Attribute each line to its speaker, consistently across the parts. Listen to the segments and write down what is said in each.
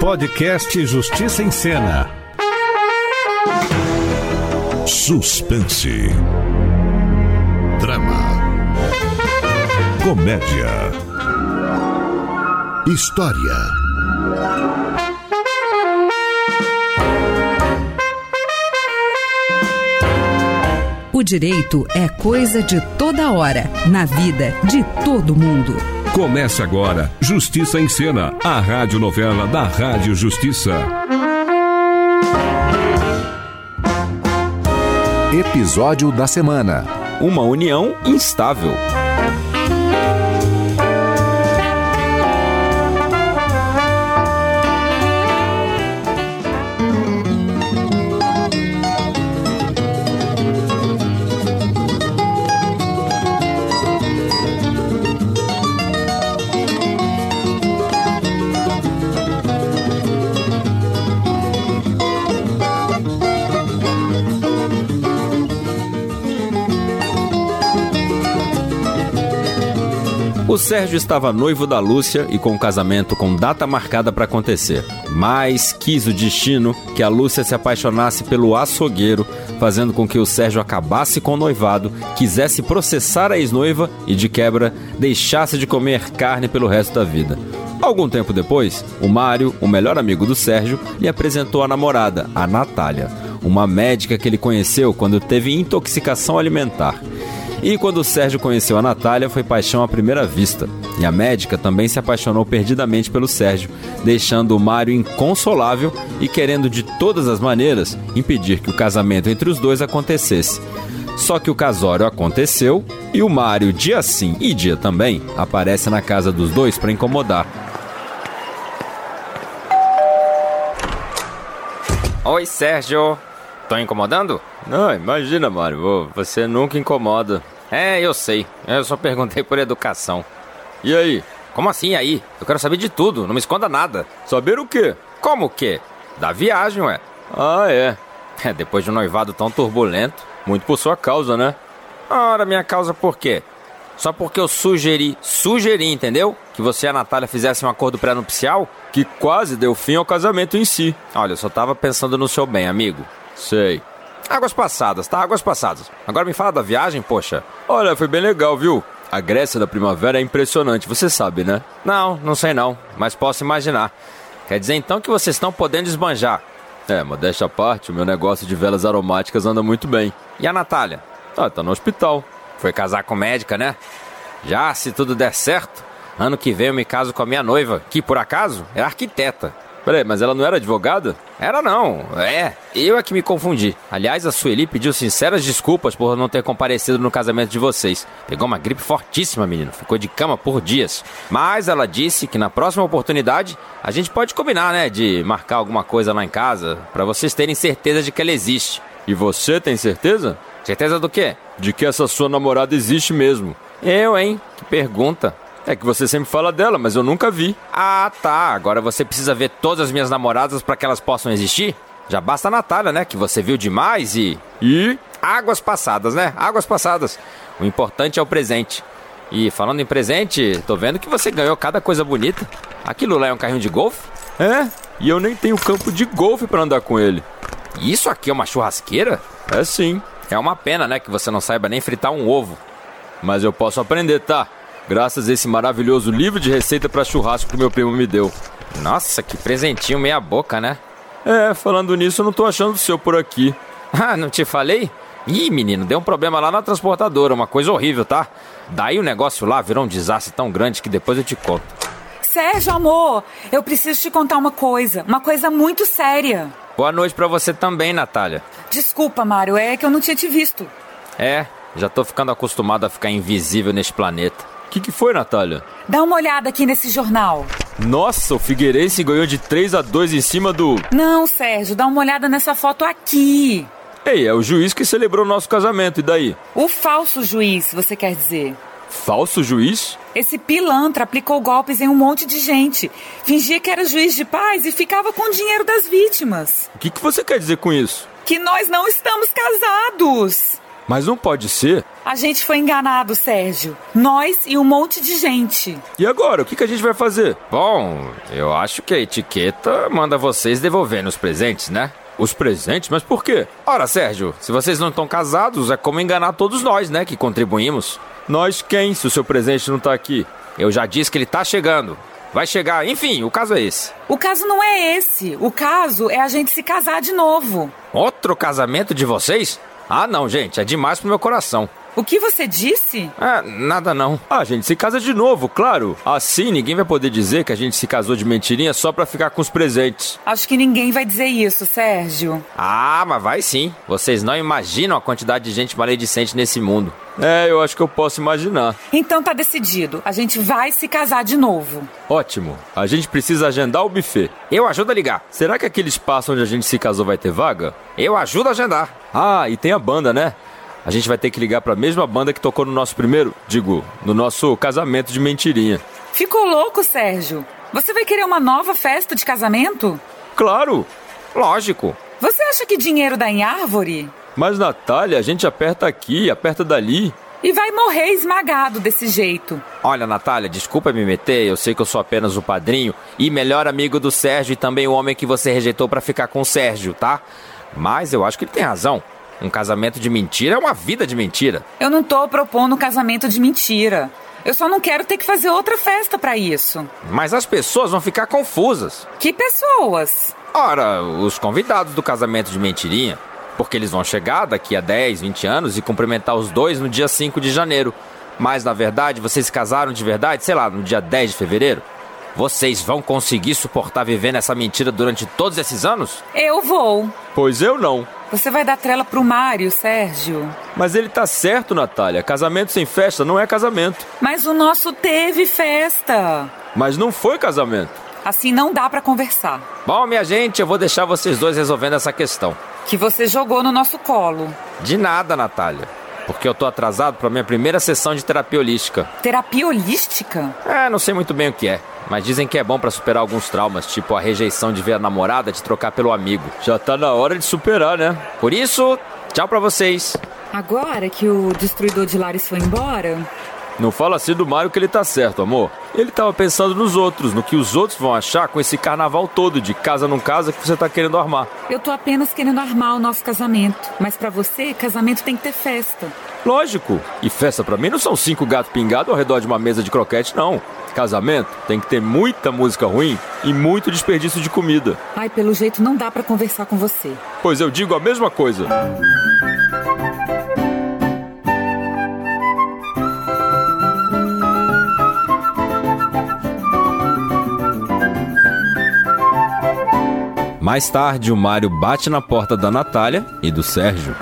Speaker 1: Podcast Justiça em Cena.
Speaker 2: Suspense. Drama. Comédia. História.
Speaker 3: O direito é coisa de toda hora, na vida de todo mundo.
Speaker 4: Começa agora Justiça em Cena, a rádio novela da Rádio Justiça.
Speaker 5: Episódio da semana.
Speaker 6: Uma união instável. O Sérgio estava noivo da Lúcia e com o casamento com data marcada para acontecer. Mas quis o destino que a Lúcia se apaixonasse pelo açougueiro, fazendo com que o Sérgio acabasse com o noivado, quisesse processar a ex-noiva e, de quebra, deixasse de comer carne pelo resto da vida. Algum tempo depois, o Mário, o melhor amigo do Sérgio, lhe apresentou a namorada, a Natália, uma médica que ele conheceu quando teve intoxicação alimentar. E quando o Sérgio conheceu a Natália, foi paixão à primeira vista. E a médica também se apaixonou perdidamente pelo Sérgio, deixando o Mário inconsolável e querendo de todas as maneiras impedir que o casamento entre os dois acontecesse. Só que o casório aconteceu e o Mário, dia sim e dia também, aparece na casa dos dois para incomodar.
Speaker 7: Oi, Sérgio. Tô incomodando?
Speaker 6: Não, imagina, Mário, ô, você nunca incomoda.
Speaker 7: É, eu sei. Eu só perguntei por educação.
Speaker 6: E aí?
Speaker 7: Como assim e aí? Eu quero saber de tudo, não me esconda nada.
Speaker 6: Saber o quê?
Speaker 7: Como o quê? Da viagem, ué.
Speaker 6: Ah, é.
Speaker 7: É, depois de um noivado tão turbulento.
Speaker 6: Muito por sua causa, né?
Speaker 7: Ora, minha causa por quê? Só porque eu sugeri, sugeri, entendeu? Que você e a Natália fizessem um acordo pré-nupcial?
Speaker 6: Que quase deu fim ao casamento em si.
Speaker 7: Olha, eu só tava pensando no seu bem, amigo.
Speaker 6: Sei.
Speaker 7: Águas passadas, tá? Águas passadas. Agora me fala da viagem, poxa.
Speaker 6: Olha, foi bem legal, viu? A Grécia da primavera é impressionante, você sabe, né?
Speaker 7: Não, não sei não, mas posso imaginar. Quer dizer então que vocês estão podendo esbanjar.
Speaker 6: É, modéstia à parte, o meu negócio de velas aromáticas anda muito bem.
Speaker 7: E a Natália?
Speaker 6: Ah, tá no hospital.
Speaker 7: Foi casar com médica, né? Já, se tudo der certo, ano que vem eu me caso com a minha noiva, que por acaso é arquiteta.
Speaker 6: Peraí, mas ela não era advogada?
Speaker 7: Era não, é. Eu é que me confundi. Aliás, a Sueli pediu sinceras desculpas por não ter comparecido no casamento de vocês. Pegou uma gripe fortíssima, menino. Ficou de cama por dias. Mas ela disse que na próxima oportunidade a gente pode combinar, né? De marcar alguma coisa lá em casa, para vocês terem certeza de que ela existe.
Speaker 6: E você tem certeza?
Speaker 7: Certeza do quê?
Speaker 6: De que essa sua namorada existe mesmo.
Speaker 7: Eu, hein? Que pergunta.
Speaker 6: É que você sempre fala dela, mas eu nunca vi.
Speaker 7: Ah, tá. Agora você precisa ver todas as minhas namoradas para que elas possam existir? Já basta a Natália, né? Que você viu demais e.
Speaker 6: E?
Speaker 7: Águas passadas, né? Águas passadas. O importante é o presente. E falando em presente, tô vendo que você ganhou cada coisa bonita. Aquilo lá é um carrinho de golfe?
Speaker 6: É, e eu nem tenho campo de golfe para andar com ele.
Speaker 7: Isso aqui é uma churrasqueira?
Speaker 6: É sim.
Speaker 7: É uma pena, né? Que você não saiba nem fritar um ovo.
Speaker 6: Mas eu posso aprender, tá? graças a esse maravilhoso livro de receita para churrasco que meu primo me deu.
Speaker 7: Nossa, que presentinho meia boca, né?
Speaker 6: É, falando nisso, eu não tô achando o seu por aqui.
Speaker 7: Ah, não te falei? Ih, menino, deu um problema lá na transportadora, uma coisa horrível, tá? Daí o negócio lá virou um desastre tão grande que depois eu te conto.
Speaker 8: Sérgio, amor, eu preciso te contar uma coisa, uma coisa muito séria.
Speaker 7: Boa noite para você também, Natália.
Speaker 8: Desculpa, Mário, é que eu não tinha te visto.
Speaker 7: É, já tô ficando acostumado a ficar invisível neste planeta.
Speaker 6: O que, que foi, Natália?
Speaker 8: Dá uma olhada aqui nesse jornal.
Speaker 6: Nossa, o Figueirense ganhou de 3 a 2 em cima do.
Speaker 8: Não, Sérgio, dá uma olhada nessa foto aqui.
Speaker 6: Ei, é o juiz que celebrou nosso casamento, e daí?
Speaker 8: O falso juiz, você quer dizer?
Speaker 6: Falso juiz?
Speaker 8: Esse pilantra aplicou golpes em um monte de gente. Fingia que era juiz de paz e ficava com o dinheiro das vítimas.
Speaker 6: O que, que você quer dizer com isso?
Speaker 8: Que nós não estamos casados!
Speaker 6: Mas não pode ser.
Speaker 8: A gente foi enganado, Sérgio. Nós e um monte de gente.
Speaker 6: E agora, o que, que a gente vai fazer?
Speaker 7: Bom, eu acho que a etiqueta manda vocês devolverem os presentes, né?
Speaker 6: Os presentes? Mas por quê?
Speaker 7: Ora, Sérgio, se vocês não estão casados, é como enganar todos nós, né, que contribuímos.
Speaker 6: Nós quem, se o seu presente não tá aqui?
Speaker 7: Eu já disse que ele tá chegando. Vai chegar, enfim, o caso é esse.
Speaker 8: O caso não é esse. O caso é a gente se casar de novo.
Speaker 7: Outro casamento de vocês? Ah, não, gente, é demais pro meu coração.
Speaker 8: O que você disse?
Speaker 7: Ah, nada não.
Speaker 6: Ah, gente, se casa de novo, claro. Assim ninguém vai poder dizer que a gente se casou de mentirinha só pra ficar com os presentes.
Speaker 8: Acho que ninguém vai dizer isso, Sérgio.
Speaker 7: Ah, mas vai sim. Vocês não imaginam a quantidade de gente maledicente nesse mundo.
Speaker 6: É, eu acho que eu posso imaginar.
Speaker 8: Então tá decidido. A gente vai se casar de novo.
Speaker 6: Ótimo. A gente precisa agendar o buffet.
Speaker 7: Eu ajudo a ligar.
Speaker 6: Será que aquele espaço onde a gente se casou vai ter vaga?
Speaker 7: Eu ajudo a agendar.
Speaker 6: Ah, e tem a banda, né? A gente vai ter que ligar para a mesma banda que tocou no nosso primeiro, digo, no nosso casamento de mentirinha.
Speaker 8: Ficou louco, Sérgio? Você vai querer uma nova festa de casamento?
Speaker 6: Claro,
Speaker 7: lógico.
Speaker 8: Você acha que dinheiro dá em árvore?
Speaker 6: Mas, Natália, a gente aperta aqui, aperta dali.
Speaker 8: E vai morrer esmagado desse jeito.
Speaker 7: Olha, Natália, desculpa me meter, eu sei que eu sou apenas o padrinho e melhor amigo do Sérgio e também o homem que você rejeitou para ficar com o Sérgio, tá? Mas eu acho que ele tem razão. Um casamento de mentira é uma vida de mentira.
Speaker 8: Eu não tô propondo casamento de mentira. Eu só não quero ter que fazer outra festa para isso.
Speaker 7: Mas as pessoas vão ficar confusas.
Speaker 8: Que pessoas?
Speaker 7: Ora, os convidados do casamento de mentirinha. Porque eles vão chegar daqui a 10, 20 anos e cumprimentar os dois no dia 5 de janeiro. Mas na verdade, vocês se casaram de verdade, sei lá, no dia 10 de fevereiro? Vocês vão conseguir suportar viver nessa mentira durante todos esses anos?
Speaker 8: Eu vou.
Speaker 6: Pois eu não.
Speaker 8: Você vai dar trela pro Mário, Sérgio.
Speaker 6: Mas ele tá certo, Natália. Casamento sem festa não é casamento.
Speaker 8: Mas o nosso teve festa.
Speaker 6: Mas não foi casamento.
Speaker 8: Assim não dá para conversar.
Speaker 7: Bom, minha gente, eu vou deixar vocês dois resolvendo essa questão.
Speaker 8: Que você jogou no nosso colo.
Speaker 7: De nada, Natália. Porque eu tô atrasado pra minha primeira sessão de terapia holística.
Speaker 8: Terapia holística?
Speaker 7: É, não sei muito bem o que é. Mas dizem que é bom para superar alguns traumas, tipo a rejeição de ver a namorada te trocar pelo amigo.
Speaker 6: Já tá na hora de superar, né?
Speaker 7: Por isso, tchau pra vocês.
Speaker 9: Agora que o destruidor de lares foi embora.
Speaker 6: Não fala assim do Mario que ele tá certo, amor. Ele tava pensando nos outros, no que os outros vão achar com esse carnaval todo de casa não casa que você tá querendo armar.
Speaker 9: Eu tô apenas querendo armar o nosso casamento, mas para você, casamento tem que ter festa.
Speaker 6: Lógico. E festa para mim não são cinco gatos pingados ao redor de uma mesa de croquete, não. Casamento tem que ter muita música ruim e muito desperdício de comida.
Speaker 9: Ai, pelo jeito não dá para conversar com você.
Speaker 6: Pois eu digo a mesma coisa.
Speaker 7: Mais tarde, o Mário bate na porta da Natália e do Sérgio.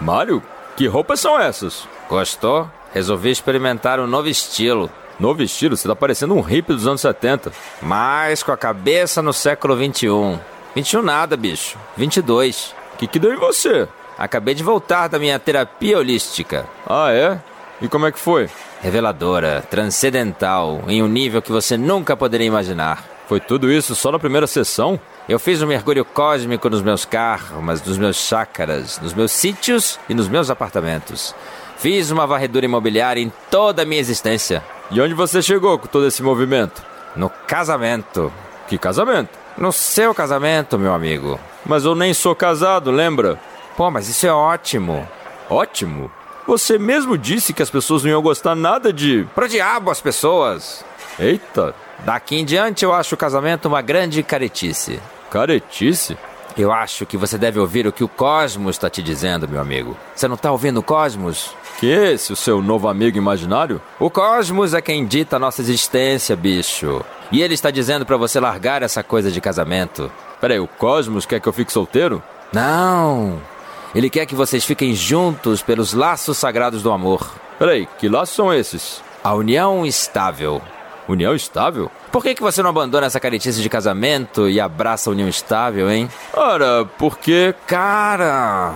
Speaker 6: Mário, que roupas são essas?
Speaker 7: Gostou? Resolvi experimentar um novo estilo.
Speaker 6: Novo estilo? Você tá parecendo um hippie dos anos 70.
Speaker 7: Mas com a cabeça no século 21. 21 nada, bicho. 22.
Speaker 6: O que, que deu em você?
Speaker 7: Acabei de voltar da minha terapia holística.
Speaker 6: Ah, é? E como é que foi?
Speaker 7: Reveladora, transcendental, em um nível que você nunca poderia imaginar.
Speaker 6: Foi tudo isso só na primeira sessão?
Speaker 7: Eu fiz um mergulho cósmico nos meus karmas, nos meus chakras, nos meus sítios e nos meus apartamentos. Fiz uma varredura imobiliária em toda a minha existência.
Speaker 6: E onde você chegou com todo esse movimento?
Speaker 7: No casamento.
Speaker 6: Que casamento?
Speaker 7: No seu casamento, meu amigo.
Speaker 6: Mas eu nem sou casado, lembra?
Speaker 7: Pô, mas isso é ótimo.
Speaker 6: Ótimo? Você mesmo disse que as pessoas não iam gostar nada de.
Speaker 7: Pro diabo as pessoas!
Speaker 6: Eita!
Speaker 7: Daqui em diante eu acho o casamento uma grande caretice.
Speaker 6: Caretice?
Speaker 7: Eu acho que você deve ouvir o que o Cosmos está te dizendo, meu amigo. Você não está ouvindo o Cosmos?
Speaker 6: Que esse, o seu novo amigo imaginário?
Speaker 7: O Cosmos é quem dita a nossa existência, bicho. E ele está dizendo para você largar essa coisa de casamento.
Speaker 6: Peraí, o Cosmos quer que eu fique solteiro?
Speaker 7: Não! Ele quer que vocês fiquem juntos pelos laços sagrados do amor.
Speaker 6: Peraí, que laços são esses?
Speaker 7: A união estável.
Speaker 6: União estável?
Speaker 7: Por que, que você não abandona essa caretice de casamento e abraça a união estável, hein?
Speaker 6: Ora, porque.
Speaker 7: Cara!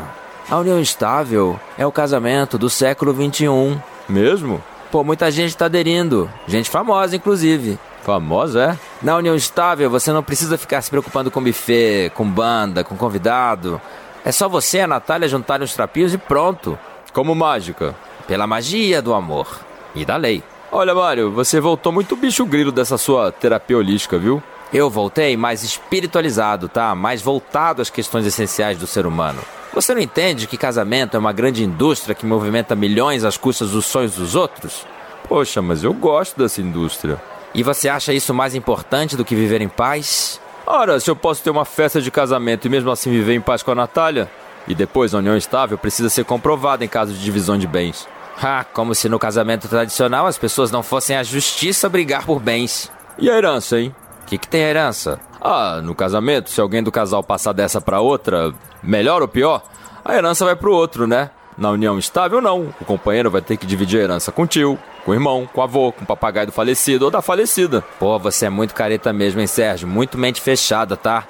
Speaker 7: A união estável é o casamento do século um. XXI.
Speaker 6: Mesmo?
Speaker 7: Pô, muita gente tá aderindo. Gente famosa, inclusive.
Speaker 10: Famosa, é? Na união estável, você não precisa ficar se preocupando com buffet, com banda, com convidado. É só você e a Natália juntarem os trapinhos e pronto.
Speaker 7: Como mágica.
Speaker 10: Pela magia do amor e da lei.
Speaker 7: Olha, Mário, você voltou muito bicho grilo dessa sua terapia holística, viu?
Speaker 10: Eu voltei mais espiritualizado, tá? Mais voltado às questões essenciais do ser humano. Você não entende que casamento é uma grande indústria que movimenta milhões às custas dos sonhos dos outros?
Speaker 7: Poxa, mas eu gosto dessa indústria.
Speaker 10: E você acha isso mais importante do que viver em paz?
Speaker 7: Ora, se eu posso ter uma festa de casamento e mesmo assim viver em paz com a Natália? E depois a união estável precisa ser comprovada em caso de divisão de bens.
Speaker 10: Ah, como se no casamento tradicional as pessoas não fossem à justiça brigar por bens.
Speaker 7: E a herança, hein?
Speaker 10: O que, que tem a herança?
Speaker 7: Ah, no casamento, se alguém do casal passar dessa para outra, melhor ou pior, a herança vai pro outro, né? Na união estável, não. O companheiro vai ter que dividir a herança com o tio, com o irmão, com o avô, com o papagaio do falecido ou da falecida.
Speaker 10: Pô, você é muito careta mesmo, hein, Sérgio? Muito mente fechada, tá?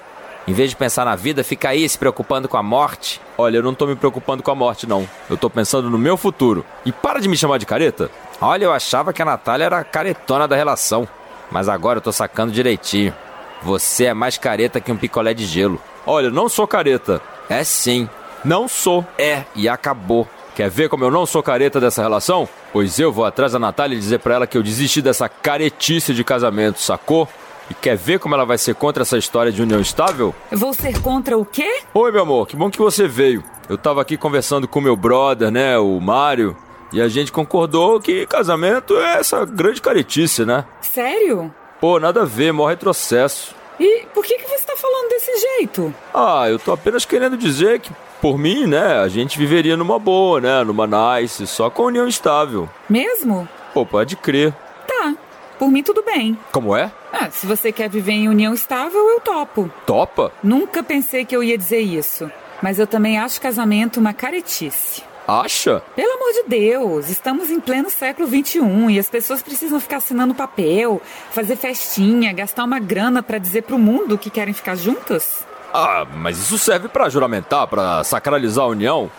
Speaker 10: Em vez de pensar na vida, fica aí se preocupando com a morte.
Speaker 7: Olha, eu não tô me preocupando com a morte, não. Eu tô pensando no meu futuro. E para de me chamar de careta.
Speaker 10: Olha, eu achava que a Natália era a caretona da relação. Mas agora eu tô sacando direitinho. Você é mais careta que um picolé de gelo.
Speaker 7: Olha, não sou careta.
Speaker 10: É sim.
Speaker 7: Não sou.
Speaker 10: É, e acabou.
Speaker 7: Quer ver como eu não sou careta dessa relação? Pois eu vou atrás da Natália e dizer para ela que eu desisti dessa caretice de casamento, sacou? E quer ver como ela vai ser contra essa história de união estável?
Speaker 8: Eu vou ser contra o quê?
Speaker 7: Oi, meu amor, que bom que você veio. Eu tava aqui conversando com meu brother, né, o Mário, e a gente concordou que casamento é essa grande caretice, né?
Speaker 8: Sério?
Speaker 7: Pô, nada a ver, maior retrocesso.
Speaker 8: E por que, que você tá falando desse jeito?
Speaker 7: Ah, eu tô apenas querendo dizer que, por mim, né, a gente viveria numa boa, né, numa nice, só com união estável.
Speaker 8: Mesmo?
Speaker 7: Pô, pode crer.
Speaker 8: Tá, por mim tudo bem.
Speaker 7: Como é?
Speaker 8: Ah, se você quer viver em união estável, eu topo.
Speaker 7: Topa?
Speaker 8: Nunca pensei que eu ia dizer isso. Mas eu também acho casamento uma caretice.
Speaker 7: Acha?
Speaker 8: Pelo amor de Deus, estamos em pleno século XXI e as pessoas precisam ficar assinando papel, fazer festinha, gastar uma grana para dizer pro mundo que querem ficar juntas?
Speaker 7: Ah, mas isso serve para juramentar, para sacralizar a união?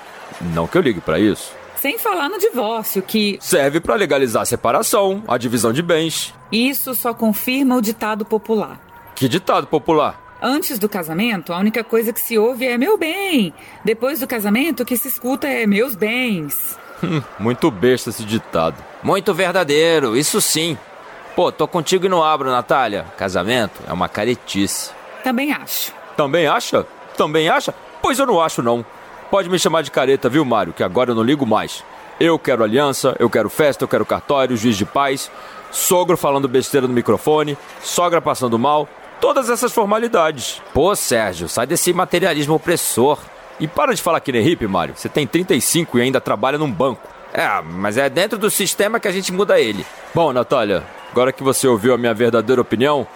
Speaker 7: Não que eu ligue para isso.
Speaker 8: Sem falar no divórcio, que
Speaker 7: Serve para legalizar a separação, a divisão de bens.
Speaker 8: isso só confirma o ditado popular.
Speaker 7: Que ditado popular.
Speaker 8: Antes do casamento, a única coisa que se ouve é meu bem. Depois do casamento, o que se escuta é meus bens.
Speaker 7: Muito besta esse ditado.
Speaker 10: Muito verdadeiro, isso sim. Pô, tô contigo e não abro, Natália. Casamento é uma caretice.
Speaker 8: Também acho.
Speaker 7: Também acha? Também acha? Pois eu não acho não. Pode me chamar de careta, viu, Mário, que agora eu não ligo mais. Eu quero aliança, eu quero festa, eu quero cartório, juiz de paz, sogro falando besteira no microfone, sogra passando mal, todas essas formalidades.
Speaker 10: Pô, Sérgio, sai desse materialismo opressor.
Speaker 7: E para de falar que nem hippie, Mário. Você tem 35 e ainda trabalha num banco.
Speaker 10: É, mas é dentro do sistema que a gente muda ele.
Speaker 7: Bom, Natália, agora que você ouviu a minha verdadeira opinião,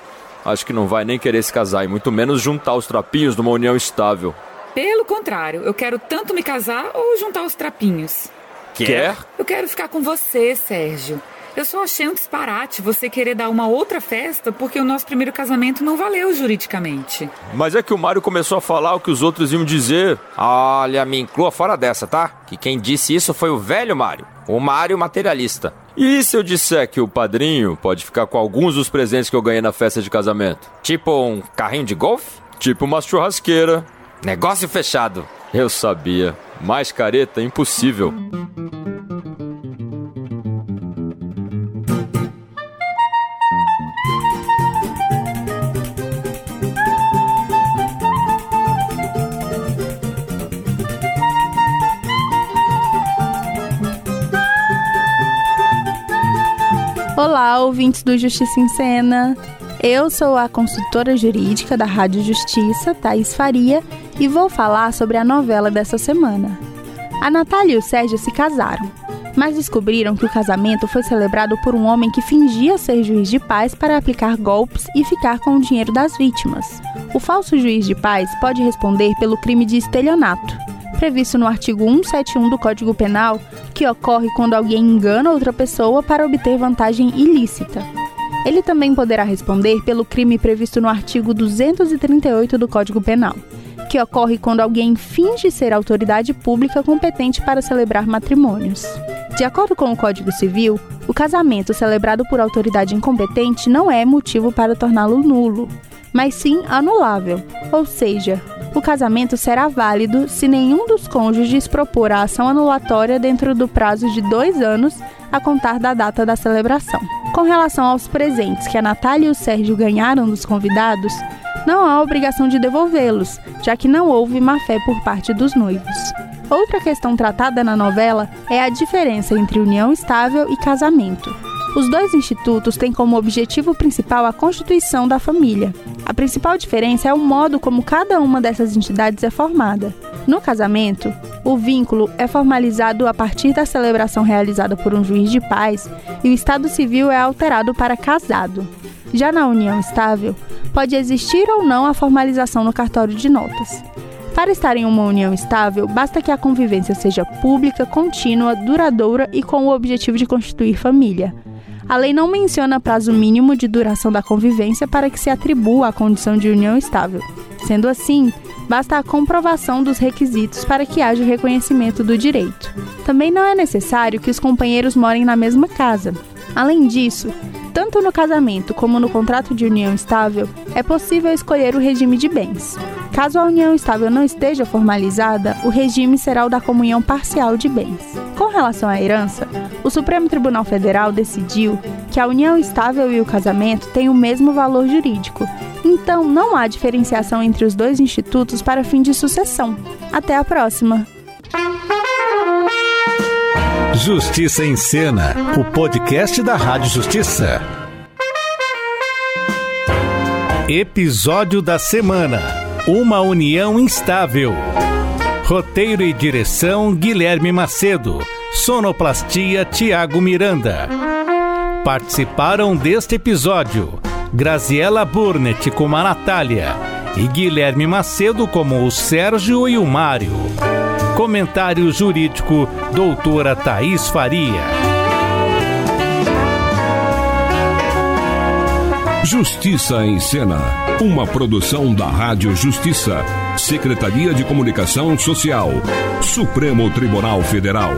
Speaker 7: acho que não vai nem querer se casar e muito menos juntar os trapinhos numa união estável.
Speaker 8: Pelo contrário, eu quero tanto me casar ou juntar os trapinhos.
Speaker 7: Quer?
Speaker 8: Eu quero ficar com você, Sérgio. Eu só achei um disparate você querer dar uma outra festa porque o nosso primeiro casamento não valeu juridicamente.
Speaker 7: Mas é que o Mário começou a falar o que os outros iam dizer.
Speaker 10: Olha, me inclua fora dessa, tá? Que quem disse isso foi o velho Mário. O Mário materialista.
Speaker 7: E se eu disser que o padrinho pode ficar com alguns dos presentes que eu ganhei na festa de casamento?
Speaker 10: Tipo um carrinho de golfe?
Speaker 7: Tipo uma churrasqueira.
Speaker 10: Negócio fechado.
Speaker 7: Eu sabia. Mais careta, impossível.
Speaker 11: Olá, ouvintes do Justiça em Cena. Eu sou a consultora jurídica da Rádio Justiça, Thais Faria, e vou falar sobre a novela dessa semana. A Natália e o Sérgio se casaram, mas descobriram que o casamento foi celebrado por um homem que fingia ser juiz de paz para aplicar golpes e ficar com o dinheiro das vítimas. O falso juiz de paz pode responder pelo crime de estelionato, previsto no artigo 171 do Código Penal, que ocorre quando alguém engana outra pessoa para obter vantagem ilícita. Ele também poderá responder pelo crime previsto no artigo 238 do Código Penal, que ocorre quando alguém finge ser autoridade pública competente para celebrar matrimônios. De acordo com o Código Civil, o casamento celebrado por autoridade incompetente não é motivo para torná-lo nulo, mas sim anulável, ou seja, o casamento será válido se nenhum dos cônjuges propor a ação anulatória dentro do prazo de dois anos a contar da data da celebração. Com relação aos presentes que a Natália e o Sérgio ganharam dos convidados, não há obrigação de devolvê-los, já que não houve má-fé por parte dos noivos. Outra questão tratada na novela é a diferença entre união estável e casamento. Os dois institutos têm como objetivo principal a constituição da família. A principal diferença é o modo como cada uma dessas entidades é formada. No casamento, o vínculo é formalizado a partir da celebração realizada por um juiz de paz e o estado civil é alterado para casado. Já na união estável, pode existir ou não a formalização no cartório de notas. Para estar em uma união estável, basta que a convivência seja pública, contínua, duradoura e com o objetivo de constituir família. A lei não menciona prazo mínimo de duração da convivência para que se atribua a condição de união estável. Sendo assim, basta a comprovação dos requisitos para que haja o reconhecimento do direito. Também não é necessário que os companheiros morem na mesma casa. Além disso, tanto no casamento como no contrato de união estável, é possível escolher o regime de bens. Caso a união estável não esteja formalizada, o regime será o da comunhão parcial de bens. Com relação à herança, o Supremo Tribunal Federal decidiu que a união estável e o casamento têm o mesmo valor jurídico, então não há diferenciação entre os dois institutos para fim de sucessão. Até a próxima!
Speaker 1: Justiça em Cena, o podcast da Rádio Justiça. Episódio da semana: Uma união instável. Roteiro e direção: Guilherme Macedo. Sonoplastia: Tiago Miranda. Participaram deste episódio Graziela Burnett como a Natália e Guilherme Macedo como o Sérgio e o Mário. Comentário jurídico, doutora Thaís Faria.
Speaker 4: Justiça em Cena, uma produção da Rádio Justiça, Secretaria de Comunicação Social, Supremo Tribunal Federal.